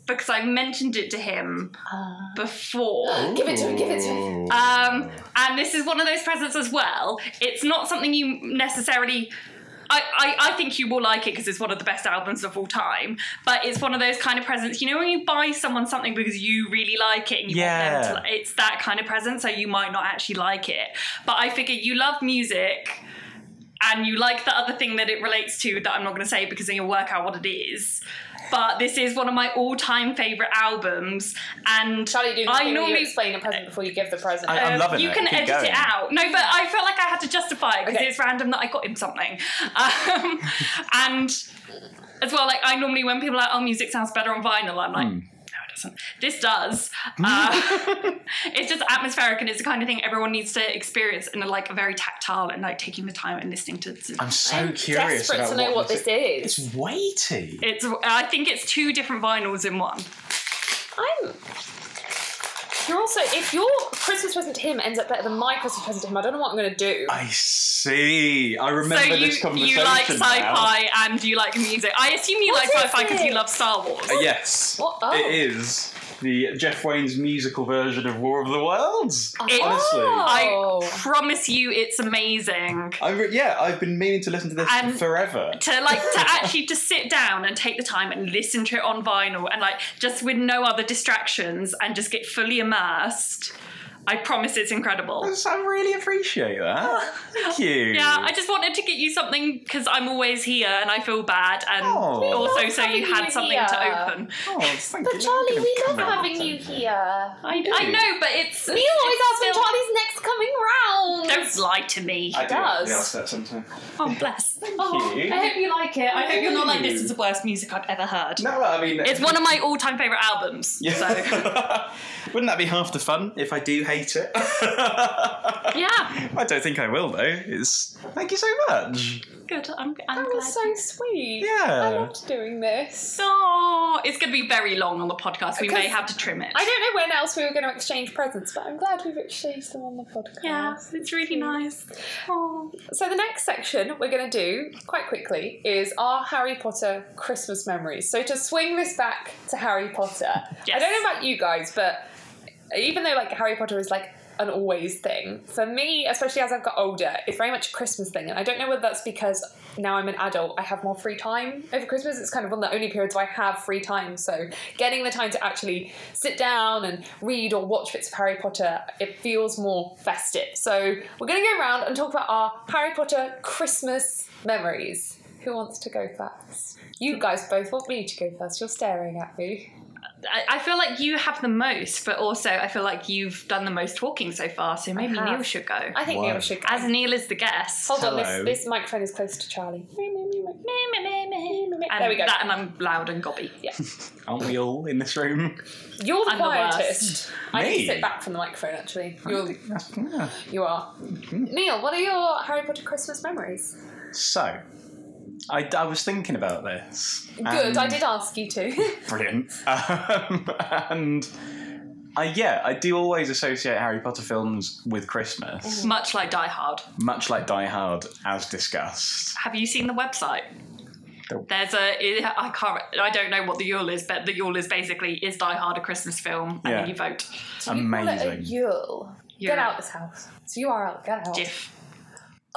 [SPEAKER 1] Because I mentioned it to him
[SPEAKER 2] Uh,
[SPEAKER 1] before.
[SPEAKER 2] Give it to him, give it to him.
[SPEAKER 1] Um, and this is one of those presents as well. It's not something you necessarily. I, I, I think you will like it because it's one of the best albums of all time. But it's one of those kind of presents, you know, when you buy someone something because you really like it and you want
[SPEAKER 3] Yeah.
[SPEAKER 1] them to. li- It's that kind of present, so you might not actually like it. But I figure you love music and you like the other thing that it relates to that I'm not going to say because then you'll work out what it is. But this is one of my all time favourite albums. And
[SPEAKER 2] Charlie, do
[SPEAKER 1] I
[SPEAKER 2] you
[SPEAKER 1] normally
[SPEAKER 2] explain a present before you give the present?
[SPEAKER 3] I- I'm
[SPEAKER 1] um,
[SPEAKER 3] loving
[SPEAKER 1] you
[SPEAKER 3] it.
[SPEAKER 1] can
[SPEAKER 3] Keep
[SPEAKER 1] edit
[SPEAKER 3] going.
[SPEAKER 1] it out. No, but I felt like I had to justify it because
[SPEAKER 2] Okay.
[SPEAKER 1] it's random that I got him something. Um, and as well, like I normally when people are like, "Oh, music sounds better on vinyl," I'm
[SPEAKER 3] Hmm.
[SPEAKER 1] like. "No, it doesn't. This does. Uh, it's just atmospheric, and it's the kind of thing everyone needs to experience in a, like a very tactile and like taking the time and listening to.
[SPEAKER 3] I'm so
[SPEAKER 2] I'm
[SPEAKER 3] curious
[SPEAKER 2] desperate
[SPEAKER 3] about
[SPEAKER 2] to know what this is.
[SPEAKER 3] It's weighty.
[SPEAKER 1] It's. I think it's two different vinyls in one.
[SPEAKER 2] I'm. You're also if your Christmas present to him ends up better than my Christmas present to him, I don't know what I'm going to do.
[SPEAKER 3] I see. I remember
[SPEAKER 1] So you
[SPEAKER 3] this conversation
[SPEAKER 1] you like
[SPEAKER 3] now.
[SPEAKER 1] sci-fi and you like music. I assume you
[SPEAKER 2] What
[SPEAKER 1] like
[SPEAKER 2] is
[SPEAKER 1] sci-fi because
[SPEAKER 2] it?
[SPEAKER 1] you love Star Wars.
[SPEAKER 3] Uh, yes,
[SPEAKER 2] What- oh.
[SPEAKER 3] it is the Jeff Wayne's musical version of War of the Worlds.
[SPEAKER 1] It-
[SPEAKER 3] Honestly,
[SPEAKER 2] Oh.
[SPEAKER 1] I promise you, it's amazing.
[SPEAKER 3] I re- yeah, I've been meaning to listen to this
[SPEAKER 1] And-
[SPEAKER 3] forever.
[SPEAKER 1] To like to actually just sit down and take the time and listen to it on vinyl and like just with no other distractions and just get fully immersed. I promise it's incredible.
[SPEAKER 3] Yes, I really appreciate that. Thank you.
[SPEAKER 1] Yeah, I just wanted to get you something because I'm always here and I feel bad, and
[SPEAKER 3] Oh. We
[SPEAKER 1] also
[SPEAKER 2] love
[SPEAKER 1] so you
[SPEAKER 2] having
[SPEAKER 1] had
[SPEAKER 2] you
[SPEAKER 1] something
[SPEAKER 2] here.
[SPEAKER 1] to open.
[SPEAKER 3] Oh, thank
[SPEAKER 2] but
[SPEAKER 3] you.
[SPEAKER 2] Charlie, we
[SPEAKER 3] Come
[SPEAKER 2] love
[SPEAKER 3] on.
[SPEAKER 2] having you here.
[SPEAKER 1] I, I know, but it's
[SPEAKER 2] Neil always
[SPEAKER 1] it's
[SPEAKER 2] asks when
[SPEAKER 1] still-
[SPEAKER 2] Charlie's next coming round.
[SPEAKER 1] Don't does lie to me.
[SPEAKER 4] I do
[SPEAKER 2] does.
[SPEAKER 4] ask that sometimes.
[SPEAKER 1] Oh, bless. Oh,
[SPEAKER 4] you.
[SPEAKER 1] I hope you like it. I hope you're not like,
[SPEAKER 4] Thank you.
[SPEAKER 1] this is the worst music I've ever heard.
[SPEAKER 4] No, I mean
[SPEAKER 1] It's one of my all time favourite albums.
[SPEAKER 4] Yeah.
[SPEAKER 1] So,
[SPEAKER 4] Wouldn't that be half the fun if I do hate it?
[SPEAKER 1] yeah.
[SPEAKER 4] I don't think I will though. It's thank you so much.
[SPEAKER 1] Good. I'm, I'm
[SPEAKER 2] That
[SPEAKER 1] glad.
[SPEAKER 2] was so sweet. I
[SPEAKER 4] Yeah.
[SPEAKER 2] loved doing this.
[SPEAKER 1] Aw, it's going to be very long on the podcast. We may
[SPEAKER 2] Because-
[SPEAKER 1] have to trim it.
[SPEAKER 2] I don't know when else we were going to exchange presents, but I'm glad we've exchanged them on the podcast.
[SPEAKER 1] Yeah, it's really nice. Oh.
[SPEAKER 2] So the next section we're going to do quite quickly is our Harry Potter Christmas memories. So to swing this back to Harry Potter, I
[SPEAKER 1] Yes.
[SPEAKER 2] don't know about you guys, but even though like Harry Potter is like an always thing for me, especially as I've got older, it's very much a Christmas thing, and I don't know whether that's because now I'm an adult, I have more free time over Christmas. It's kind of one of the only periods where I have free time, so getting the time to actually sit down and read or watch bits of Harry Potter, it feels more festive. So we're going to go around and talk about our Harry Potter Christmas memories. Who wants to go first? You guys both want me to go first. You're staring at me.
[SPEAKER 1] I, I feel like you have the most, but also I feel like you've done the most talking so far, so maybe
[SPEAKER 2] have.
[SPEAKER 1] Neil should go.
[SPEAKER 2] I think
[SPEAKER 4] Why?
[SPEAKER 2] Neil should go.
[SPEAKER 1] As Neil is the guest.
[SPEAKER 2] Hold on,
[SPEAKER 4] Hello.
[SPEAKER 2] this, this microphone is close to Charlie.
[SPEAKER 1] And
[SPEAKER 2] There we go.
[SPEAKER 1] That and I'm loud and gobby.
[SPEAKER 4] Aren't we all in this room?
[SPEAKER 2] You're the
[SPEAKER 1] I'm the
[SPEAKER 2] quietest. I need to
[SPEAKER 4] Me?
[SPEAKER 2] sit back from the microphone, actually. You're,
[SPEAKER 4] That's- yeah.
[SPEAKER 2] you are.
[SPEAKER 4] Mm-hmm.
[SPEAKER 2] Neil, what are your Harry Potter Christmas memories?
[SPEAKER 4] So, I, I was thinking about this.
[SPEAKER 2] Good,
[SPEAKER 4] and-
[SPEAKER 2] I did ask you to.
[SPEAKER 4] Brilliant. Um, and I, yeah, I do always associate Harry Potter films with Christmas,
[SPEAKER 1] Much like Die Hard.
[SPEAKER 4] much like Die Hard, as discussed.
[SPEAKER 1] Have you seen the website?
[SPEAKER 4] Nope.
[SPEAKER 1] There's a I can't I don't know what the Yule is, but the Yule is basically is Die Hard a Christmas film, and then
[SPEAKER 4] Yeah.
[SPEAKER 1] you vote.
[SPEAKER 2] Do you call it a
[SPEAKER 4] Amazing.
[SPEAKER 2] Yule? Get
[SPEAKER 1] Yule.
[SPEAKER 2] out this house. So you are out. Get out.
[SPEAKER 1] GIF.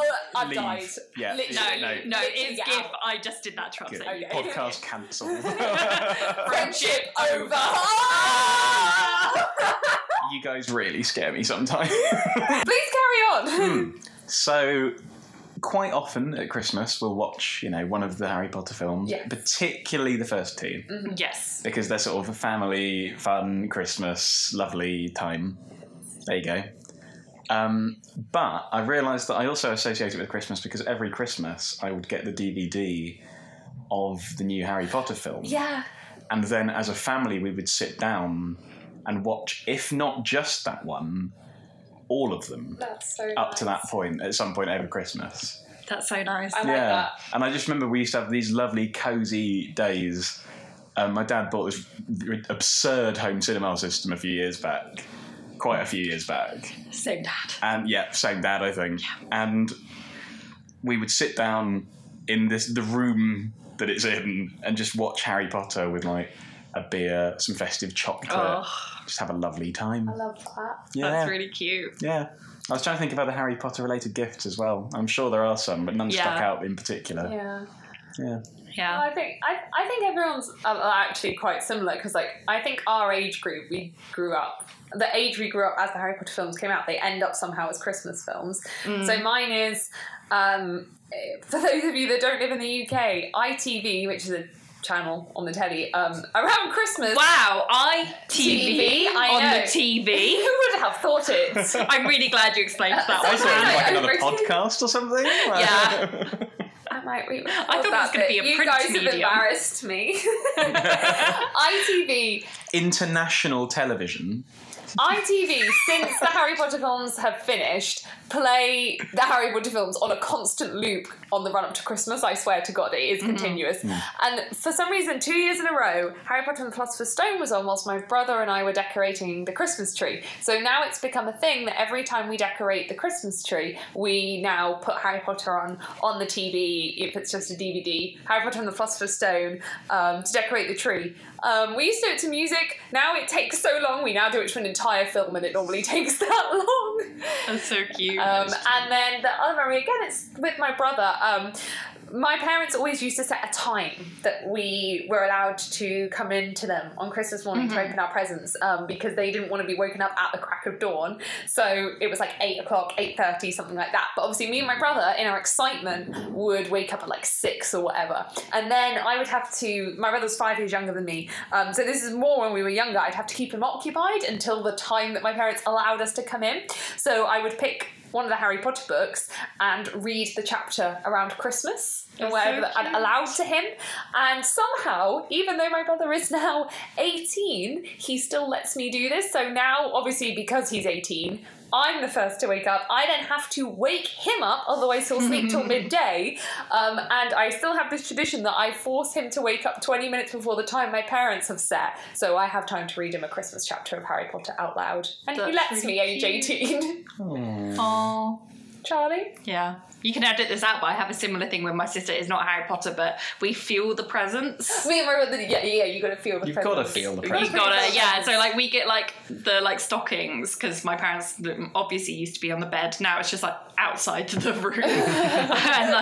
[SPEAKER 2] Oh, I've
[SPEAKER 4] Leave.
[SPEAKER 2] died.
[SPEAKER 4] Yeah,
[SPEAKER 2] Literally.
[SPEAKER 1] No,
[SPEAKER 4] No.
[SPEAKER 1] no,
[SPEAKER 2] Literally
[SPEAKER 1] it's
[SPEAKER 2] get
[SPEAKER 1] GIF.
[SPEAKER 2] out.
[SPEAKER 1] I just did that translation.
[SPEAKER 4] Good.
[SPEAKER 2] Okay.
[SPEAKER 4] Podcast cancelled.
[SPEAKER 2] Friendship over.
[SPEAKER 4] you guys really scare me sometimes.
[SPEAKER 2] Please carry
[SPEAKER 4] Hmm.
[SPEAKER 2] on.
[SPEAKER 4] so, quite often at Christmas, we'll watch, you know, one of the Harry Potter films,
[SPEAKER 2] Yes. Mm.
[SPEAKER 4] particularly the first two,
[SPEAKER 1] Yes.
[SPEAKER 4] because they're sort of a family, fun, Christmas, lovely time. There you go. Um, but I realised that I also associate it with Christmas because every Christmas I would get the DVD of the new Harry Potter film.
[SPEAKER 2] yeah.
[SPEAKER 4] And then as a family, we would sit down and watch, if not just that one, all of them
[SPEAKER 2] That's so
[SPEAKER 4] up to that point at some point over Christmas.
[SPEAKER 1] That's so nice.
[SPEAKER 2] I like
[SPEAKER 4] Yeah.
[SPEAKER 2] that.
[SPEAKER 4] And I just remember we used to have these lovely, cozy days. Um, my dad bought this r- absurd home cinema system a few years back, quite a few years back.
[SPEAKER 1] Same dad.
[SPEAKER 4] And yeah, same dad, I think. And we would sit down in this the room that it's in and just watch Harry Potter with like a beer, some festive chocolate,
[SPEAKER 1] Oh,
[SPEAKER 4] just have a lovely time.
[SPEAKER 2] I love that.
[SPEAKER 4] Yeah,
[SPEAKER 1] that's really cute.
[SPEAKER 4] yeah. I was trying to think of other Harry Potter related gifts as well. I'm sure there are some, but none stuck
[SPEAKER 1] Yeah.
[SPEAKER 4] out in particular.
[SPEAKER 2] Yeah.
[SPEAKER 4] yeah.
[SPEAKER 1] Yeah.
[SPEAKER 2] Well, I think I, I think everyone's uh, are actually quite similar because like I think our age group we grew up the age we grew up as the Harry Potter films came out they end up somehow as Christmas films.
[SPEAKER 1] Mm.
[SPEAKER 2] So mine is um, eh, for those of you that don't live in the UK ITV which is a channel on the telly um, around Christmas.
[SPEAKER 1] Wow, I TV,
[SPEAKER 2] TV, I
[SPEAKER 1] on
[SPEAKER 2] know.
[SPEAKER 1] the TV.
[SPEAKER 2] Who would have thought it?
[SPEAKER 1] I'm really glad you explained that
[SPEAKER 4] I
[SPEAKER 1] one.
[SPEAKER 4] saw it in, like
[SPEAKER 2] I
[SPEAKER 4] another
[SPEAKER 2] agree.
[SPEAKER 4] podcast or something.
[SPEAKER 1] Yeah.
[SPEAKER 2] I might re-
[SPEAKER 1] thought it was
[SPEAKER 2] that
[SPEAKER 1] gonna be a
[SPEAKER 2] bit. You
[SPEAKER 1] print
[SPEAKER 2] guys have
[SPEAKER 1] medium.
[SPEAKER 2] embarrassed me. ITV
[SPEAKER 4] International television.
[SPEAKER 2] ITV, since the Harry Potter films have finished, play the Harry Potter films on a constant loop on the run up to Christmas. I swear to God, it is continuous. And for some reason, two years in a row, Harry Potter and the Philosopher's Stone was on whilst my brother and I were decorating the Christmas tree. So now it's become a thing that every time we decorate the Christmas tree, we now put Harry Potter on on the TV if it's just a DVD. Harry Potter and the Philosopher's Stone um, to decorate the tree. Um, we used to do it to music. Now it takes so long. We now do it to an entire film, and it normally takes that long.
[SPEAKER 1] That's so cute.
[SPEAKER 2] Um, and then the other memory again, it's with my brother. Um, my parents always used to set a time that we were allowed to come in to them on Christmas morning to open our presents um, because they didn't want to be woken up at the crack of dawn. So it was like eight o'clock, eight thirty, something like that. But obviously, me and my brother, in our excitement, would wake up at like six or whatever, and then I would have to. My brother's five years younger than me, um, so this is more when we were younger. I'd have to keep him occupied until the time that my parents allowed us to come in. So I would pick one of the Harry Potter books and read the chapter around Christmas and
[SPEAKER 1] That's
[SPEAKER 2] wherever
[SPEAKER 1] so
[SPEAKER 2] that- and
[SPEAKER 1] cute.
[SPEAKER 2] aloud to him. And somehow, even though my brother is now 18, he still lets me do this. So now, obviously, because he's 18, I'm the first to wake up. I then have to wake him up, otherwise he'll sleep till midday. Um, and I still have this tradition that I force him to wake up 20 minutes before the time my parents have set, so I have time to read him a Christmas chapter of Harry Potter out loud. And he
[SPEAKER 1] That's
[SPEAKER 2] lets me,
[SPEAKER 1] really
[SPEAKER 2] age
[SPEAKER 1] cute.
[SPEAKER 2] 18.
[SPEAKER 1] Oh.
[SPEAKER 2] Charlie?
[SPEAKER 1] Yeah. You can edit this out, but I have a similar thing with my sister. It's not Harry Potter, but we feel the presents.
[SPEAKER 2] Me and my brother, yeah, yeah, you gotta feel the
[SPEAKER 4] You've
[SPEAKER 2] presence.
[SPEAKER 4] gotta feel the
[SPEAKER 2] You
[SPEAKER 4] presence.
[SPEAKER 1] You gotta, yeah. So like, we get like the like stockings because my parents um, obviously used to be on the bed. Now it's just like outside the room. and like,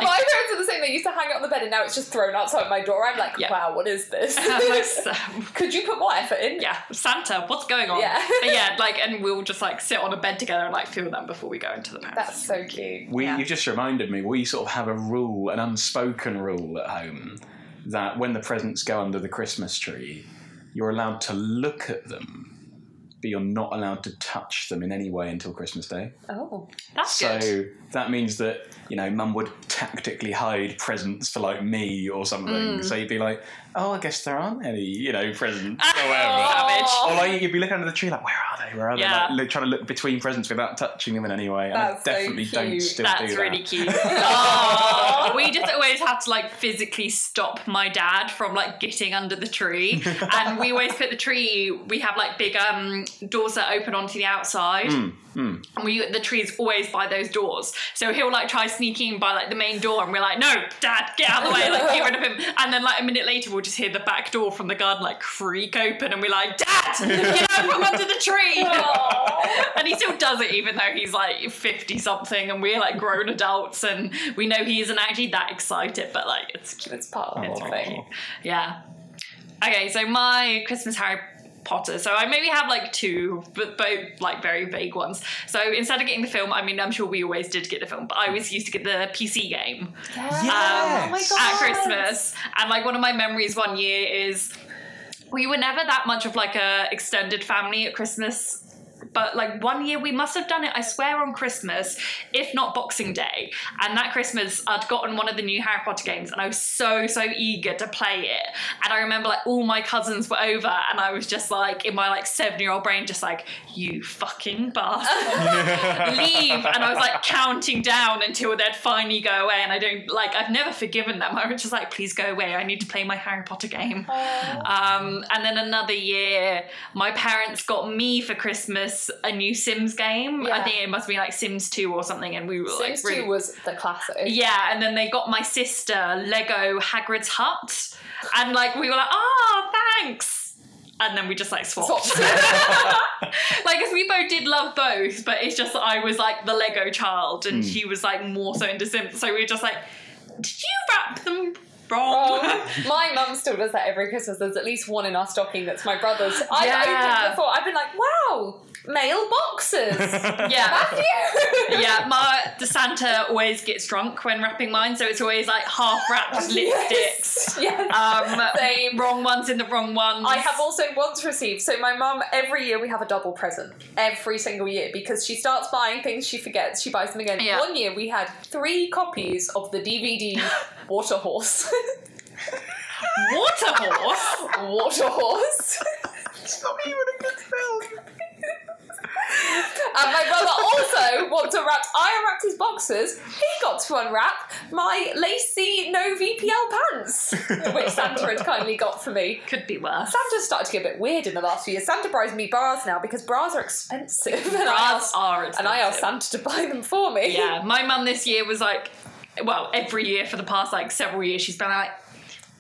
[SPEAKER 2] My parents are the same. They used to hang it on the bed, and now it's just thrown outside my door. I'm like,
[SPEAKER 1] Yeah.
[SPEAKER 2] wow, what is this?
[SPEAKER 1] I'm like, "So-
[SPEAKER 2] Could you put more effort in?
[SPEAKER 1] yeah, Santa, what's going on?
[SPEAKER 2] Yeah.
[SPEAKER 1] But yeah, like, and we'll just like sit on a bed together and like feel them before we go into the house.
[SPEAKER 2] That's so cute.
[SPEAKER 4] We,
[SPEAKER 1] Yeah.
[SPEAKER 4] You've just reminded me, we sort of have a rule, an unspoken rule at home, that when the presents go under the Christmas tree, you're allowed to look at them, but you're not allowed to touch them in any way until Christmas Day.
[SPEAKER 2] Oh.
[SPEAKER 1] That's
[SPEAKER 4] so
[SPEAKER 1] good.
[SPEAKER 4] that means that, you know, mum would tactically hide presents for like me or something.
[SPEAKER 1] Mm.
[SPEAKER 4] So you'd be like, oh, I guess there aren't any, you know, presents
[SPEAKER 1] Ah.
[SPEAKER 4] or whatever.
[SPEAKER 1] Savage.
[SPEAKER 4] Or like you'd be looking under the tree, like where are they? Where are
[SPEAKER 1] Yeah.
[SPEAKER 4] they? Like, look- trying to look between presents without touching them in any way. And
[SPEAKER 2] That's
[SPEAKER 4] I
[SPEAKER 2] so
[SPEAKER 4] definitely don't
[SPEAKER 2] cute.
[SPEAKER 4] still do
[SPEAKER 1] That's
[SPEAKER 4] that.
[SPEAKER 1] really cute. Aw. we just always have to like physically stop my dad from like getting under the tree, and we always put the tree. We have like big um doors that open onto the outside,
[SPEAKER 4] Mm,
[SPEAKER 1] and we the tree is always by those doors. So he'll like try sneaking by like the main door, and we're like, "No, Dad, get out of the way! Like get rid of him!" And then like a minute later, we'll just hear the back door from the garden like creak open, and we're like, "Dad, get out from under the tree!"
[SPEAKER 2] Aw.
[SPEAKER 1] And he still does it, even though he's like 50 something and we're like grown adults and we know he isn't actually that excited, but like it's cute.
[SPEAKER 2] It's part
[SPEAKER 4] Oh.
[SPEAKER 2] of
[SPEAKER 1] It's
[SPEAKER 2] the
[SPEAKER 1] really
[SPEAKER 2] thing.
[SPEAKER 1] cute. Yeah. Okay, so my Christmas Harry Potter. So I maybe have like two, but both like very vague ones. So instead of getting the film, I mean, I'm sure we always did get the film, but I always used to get the PC game Um,
[SPEAKER 2] Yeah. oh my
[SPEAKER 4] Yes.
[SPEAKER 2] god.
[SPEAKER 1] at Christmas. And like one of my memories one year is we were never that much of like a extended family at Christmas. But like one year we must have done it, I swear, on Christmas, if not Boxing Day. And that Christmas I'd gotten one of the new Harry Potter games and I was so, so eager to play it. And I remember like all my cousins were over and I was just like in my like seven-year-old brain, just like, you fucking bastard leave and I was like counting down until they'd finally go away and I don't like I've never forgiven them I was just like please go away I need to play my Harry Potter game um, and then another year my parents got me for Christmas a new Sims game I
[SPEAKER 2] Yeah.
[SPEAKER 1] think it must be like Sims 2 or something and we were
[SPEAKER 2] Sims
[SPEAKER 1] like really
[SPEAKER 2] 2 was the classic.
[SPEAKER 1] yeah, and then they got my sister Lego Hagrid's hut, and like we were like, "Ah, thanks," and then we just like swapped.
[SPEAKER 2] Swapped.
[SPEAKER 1] like, because we both did love both, but it's just that I was like the Lego child, and she was like more so into Sims. So we were just like, "Did you wrap them wrong?"
[SPEAKER 2] Oh, my mum still does that every Christmas. There's at least one in our stocking that's my brother's. I've
[SPEAKER 1] Yeah.
[SPEAKER 2] opened it before. I've been like, wow, mail boxes.
[SPEAKER 1] yeah.
[SPEAKER 2] Matthew.
[SPEAKER 1] Yeah, my the Santa always gets drunk when wrapping mine, so it's always like half wrapped lipsticks,
[SPEAKER 2] Yes. yes.
[SPEAKER 1] um,
[SPEAKER 2] Same.
[SPEAKER 1] wrong ones in the wrong ones.
[SPEAKER 2] I have also once received. So my mum, every year we have a double present every single year because she starts buying things she forgets. She buys them again.
[SPEAKER 1] Yeah.
[SPEAKER 2] One year we had three copies of the DVD Water Horse.
[SPEAKER 1] water horse.
[SPEAKER 2] Water Horse.
[SPEAKER 4] It's not even a good film.
[SPEAKER 2] And my brother also wants to wrap. I unwrapped his boxes. He got to unwrap my lacy no VPL pants, which Santa had kindly got for me.
[SPEAKER 1] Could be worse.
[SPEAKER 2] Santa's started to get a bit weird in the last few years. Santa buys me bras now because bras are expensive. And I
[SPEAKER 1] Bras
[SPEAKER 2] asked,
[SPEAKER 1] are expensive.
[SPEAKER 2] and I asked Santa to buy them for me.
[SPEAKER 1] Yeah, my mum this year was like, well, every year for the past like several years, she's been like,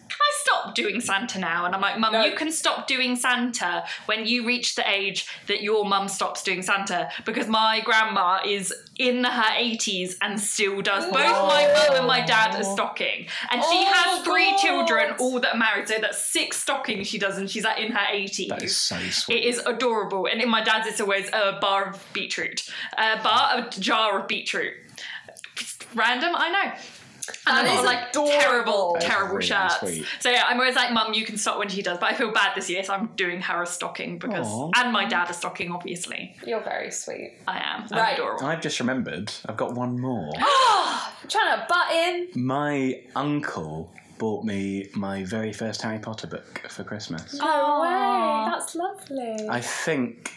[SPEAKER 1] can I stop doing Santa now? And I'm like, mum,
[SPEAKER 2] No.
[SPEAKER 1] you can stop doing Santa when you reach the age that your mum stops doing Santa because my grandma is in her 80s and still does both my mum and my dad are stocking. And she
[SPEAKER 2] Oh,
[SPEAKER 1] has three
[SPEAKER 2] God.
[SPEAKER 1] children, all that are married, so that's six stockings she does, and she's like in her 80s.
[SPEAKER 4] That is so sweet.
[SPEAKER 1] It is adorable, and in my dad's, it's always a bar of beetroot, a bar, a jar of beetroot. Random, I know. And
[SPEAKER 2] That
[SPEAKER 1] I've
[SPEAKER 2] is
[SPEAKER 1] got like
[SPEAKER 2] adorable.
[SPEAKER 1] terrible,
[SPEAKER 2] That
[SPEAKER 3] is
[SPEAKER 1] terrible
[SPEAKER 3] really
[SPEAKER 1] shirts.
[SPEAKER 3] sweet.
[SPEAKER 1] So yeah, I'm always like, Mum, you can stop when she does. But I feel bad this year, so I'm doing her a stocking because,
[SPEAKER 4] Aw.
[SPEAKER 1] and my dad a stocking, obviously.
[SPEAKER 2] You're very sweet.
[SPEAKER 1] I am. I'm
[SPEAKER 2] Right.
[SPEAKER 1] adorable.
[SPEAKER 4] I've just remembered, I've got one more.
[SPEAKER 2] trying to butt in.
[SPEAKER 4] my uncle bought me my very first Harry Potter book for Christmas.
[SPEAKER 2] No
[SPEAKER 1] Aw.
[SPEAKER 2] way. That's lovely.
[SPEAKER 4] I think.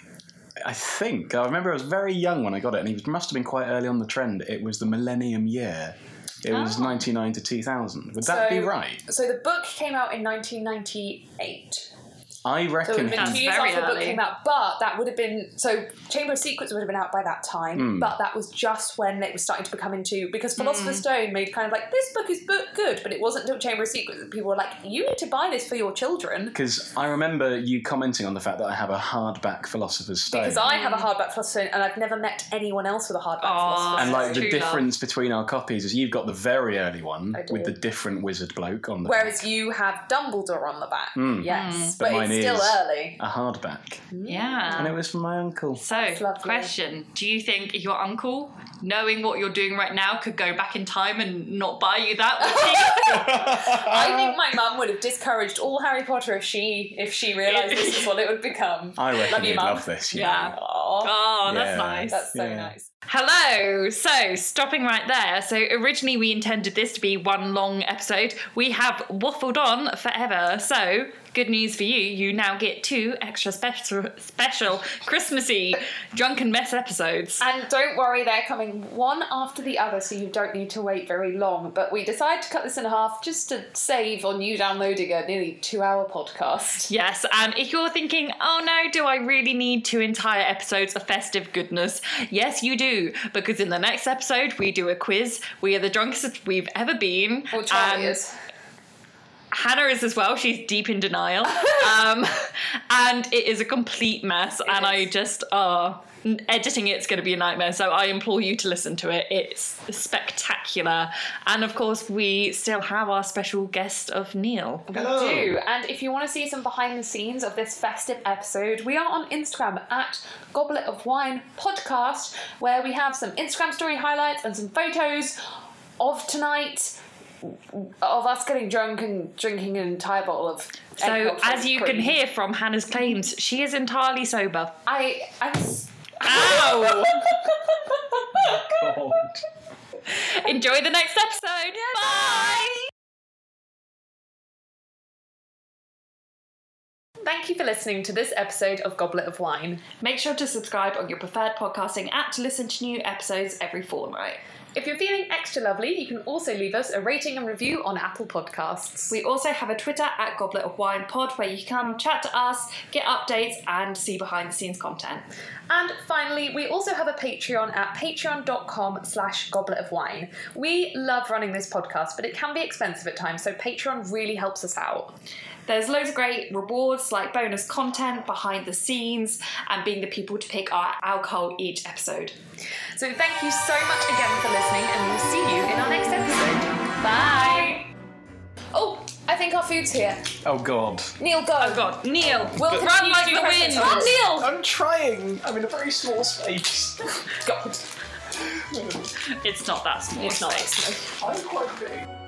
[SPEAKER 4] I think I remember I was very young when I got it, and it must have been quite early on the trend. It was the millennium year. It was
[SPEAKER 1] Oh.
[SPEAKER 4] 99 to 2000. Would
[SPEAKER 2] So-
[SPEAKER 4] that be right?
[SPEAKER 2] so the book came out in 1998.
[SPEAKER 4] I
[SPEAKER 2] So it would
[SPEAKER 4] reckon.
[SPEAKER 2] have been
[SPEAKER 1] That's
[SPEAKER 2] two years
[SPEAKER 1] very
[SPEAKER 2] after the book
[SPEAKER 1] early.
[SPEAKER 2] came out, but that would have been so Chamber of Secrets would have been out by that time,
[SPEAKER 4] Hmm.
[SPEAKER 2] but that was just when it was starting to become into because
[SPEAKER 1] Hmm.
[SPEAKER 2] Philosopher's Stone made kind of like this book is book good, but it wasn't until Chamber of Secrets that people were like, you need to buy this for your children.
[SPEAKER 4] Because I remember you commenting on the fact that I have a hardback Philosopher's Stone.
[SPEAKER 2] Because I have a hardback Philosopher's Stone, and I've never met anyone else with a hardback
[SPEAKER 1] Hmm. Aw.
[SPEAKER 2] Philosopher's
[SPEAKER 4] and
[SPEAKER 2] Stone.
[SPEAKER 4] like
[SPEAKER 1] That's
[SPEAKER 4] the
[SPEAKER 1] true love.
[SPEAKER 4] difference between our copies is you've got the very early one
[SPEAKER 2] I do.
[SPEAKER 4] with the different wizard bloke on the
[SPEAKER 2] Whereas you have Dumbledore on the back, yes,
[SPEAKER 4] Hmm. But
[SPEAKER 2] but,
[SPEAKER 4] mine
[SPEAKER 2] it's still
[SPEAKER 4] is-
[SPEAKER 2] early.
[SPEAKER 4] a hardback, and
[SPEAKER 1] Yeah.
[SPEAKER 4] it was from my uncle.
[SPEAKER 1] So,
[SPEAKER 2] lovely.
[SPEAKER 1] question Do you think your uncle, knowing what you're doing right now, could go back in time and not buy you that? Would he?
[SPEAKER 2] I think my mum would have discouraged all Harry Potter if she if she realised this is what it would become.
[SPEAKER 4] I reckon
[SPEAKER 2] love you,
[SPEAKER 4] you'd
[SPEAKER 2] Mum.
[SPEAKER 4] love this. you
[SPEAKER 1] Yeah.
[SPEAKER 4] know.
[SPEAKER 2] Aw.
[SPEAKER 1] Oh, that's
[SPEAKER 4] Yeah.
[SPEAKER 1] nice.
[SPEAKER 2] That's so
[SPEAKER 4] Yeah.
[SPEAKER 2] nice.
[SPEAKER 1] Hello. So, stopping right there. So, originally we intended this to be one long episode. We have waffled on forever. So, good news for you. You now get two extra special, special Christmassy drunken mess episodes.
[SPEAKER 2] And don't worry, they're coming one after the other, so you don't need to wait very long. But we decided to cut this in half just to save on you downloading a nearly two hour podcast.
[SPEAKER 1] Yes, and if you're thinking, oh no, do I really need two entire episodes of festive goodness? Yes, you do, because in the next episode, we do a quiz. We are the drunkest we've ever been.
[SPEAKER 2] Well, Charlie
[SPEAKER 1] and-
[SPEAKER 2] is.
[SPEAKER 1] Hannah is as well. She's deep in denial. um, and it is a complete mess. and I
[SPEAKER 2] is.
[SPEAKER 1] just, uh, n- editing it's going to be a nightmare. So I implore you to listen to it. It's spectacular. And of course, we still have our special guest of Neil.
[SPEAKER 3] Hello.
[SPEAKER 2] do. And if you want to see some behind the scenes of this festive episode, we are on Instagram at Goblet of Wine Podcast, where we have some Instagram story highlights and some photos of tonight. Of us getting drunk and drinking an entire bottle of.
[SPEAKER 1] So,
[SPEAKER 2] eggnog from
[SPEAKER 1] as you can
[SPEAKER 2] Cream.
[SPEAKER 1] hear from Hannah's claims, she is entirely sober.
[SPEAKER 2] I I'm s- Oh!
[SPEAKER 1] Ow! Enjoy the next episode. Bye.
[SPEAKER 2] Thank you for listening to this episode of Goblet of Wine.
[SPEAKER 1] Make sure to subscribe on your preferred podcasting app to listen to new episodes every fortnight.
[SPEAKER 2] If you're feeling extra lovely, you can also leave us a rating and review on Apple Podcasts.
[SPEAKER 1] We also have a Twitter at Goblet of Wine Pod where you can chat to us, get updates, and see behind the scenes content.
[SPEAKER 2] And finally, we also have a Patreon at patreon.com slash goblet of wine. We love running this podcast, but it can be expensive at times, so Patreon really helps us out.
[SPEAKER 1] There's loads of great rewards like bonus content, behind the scenes, and being the people to pick our alcohol each episode.
[SPEAKER 2] So thank you so much again for listening, and we'll see you in our next episode. Bye! Oh, I think our food's here.
[SPEAKER 4] Oh God.
[SPEAKER 2] Neil, go. Oh,
[SPEAKER 1] God, Neil,
[SPEAKER 2] We'll
[SPEAKER 1] run
[SPEAKER 2] continue
[SPEAKER 1] like
[SPEAKER 2] to do
[SPEAKER 1] the
[SPEAKER 2] presents
[SPEAKER 1] wind.
[SPEAKER 2] on this.
[SPEAKER 1] Neil!
[SPEAKER 3] I'm trying. I'm in a very small space.
[SPEAKER 2] God.
[SPEAKER 1] It's not that small. It's not.
[SPEAKER 3] I'm quite big.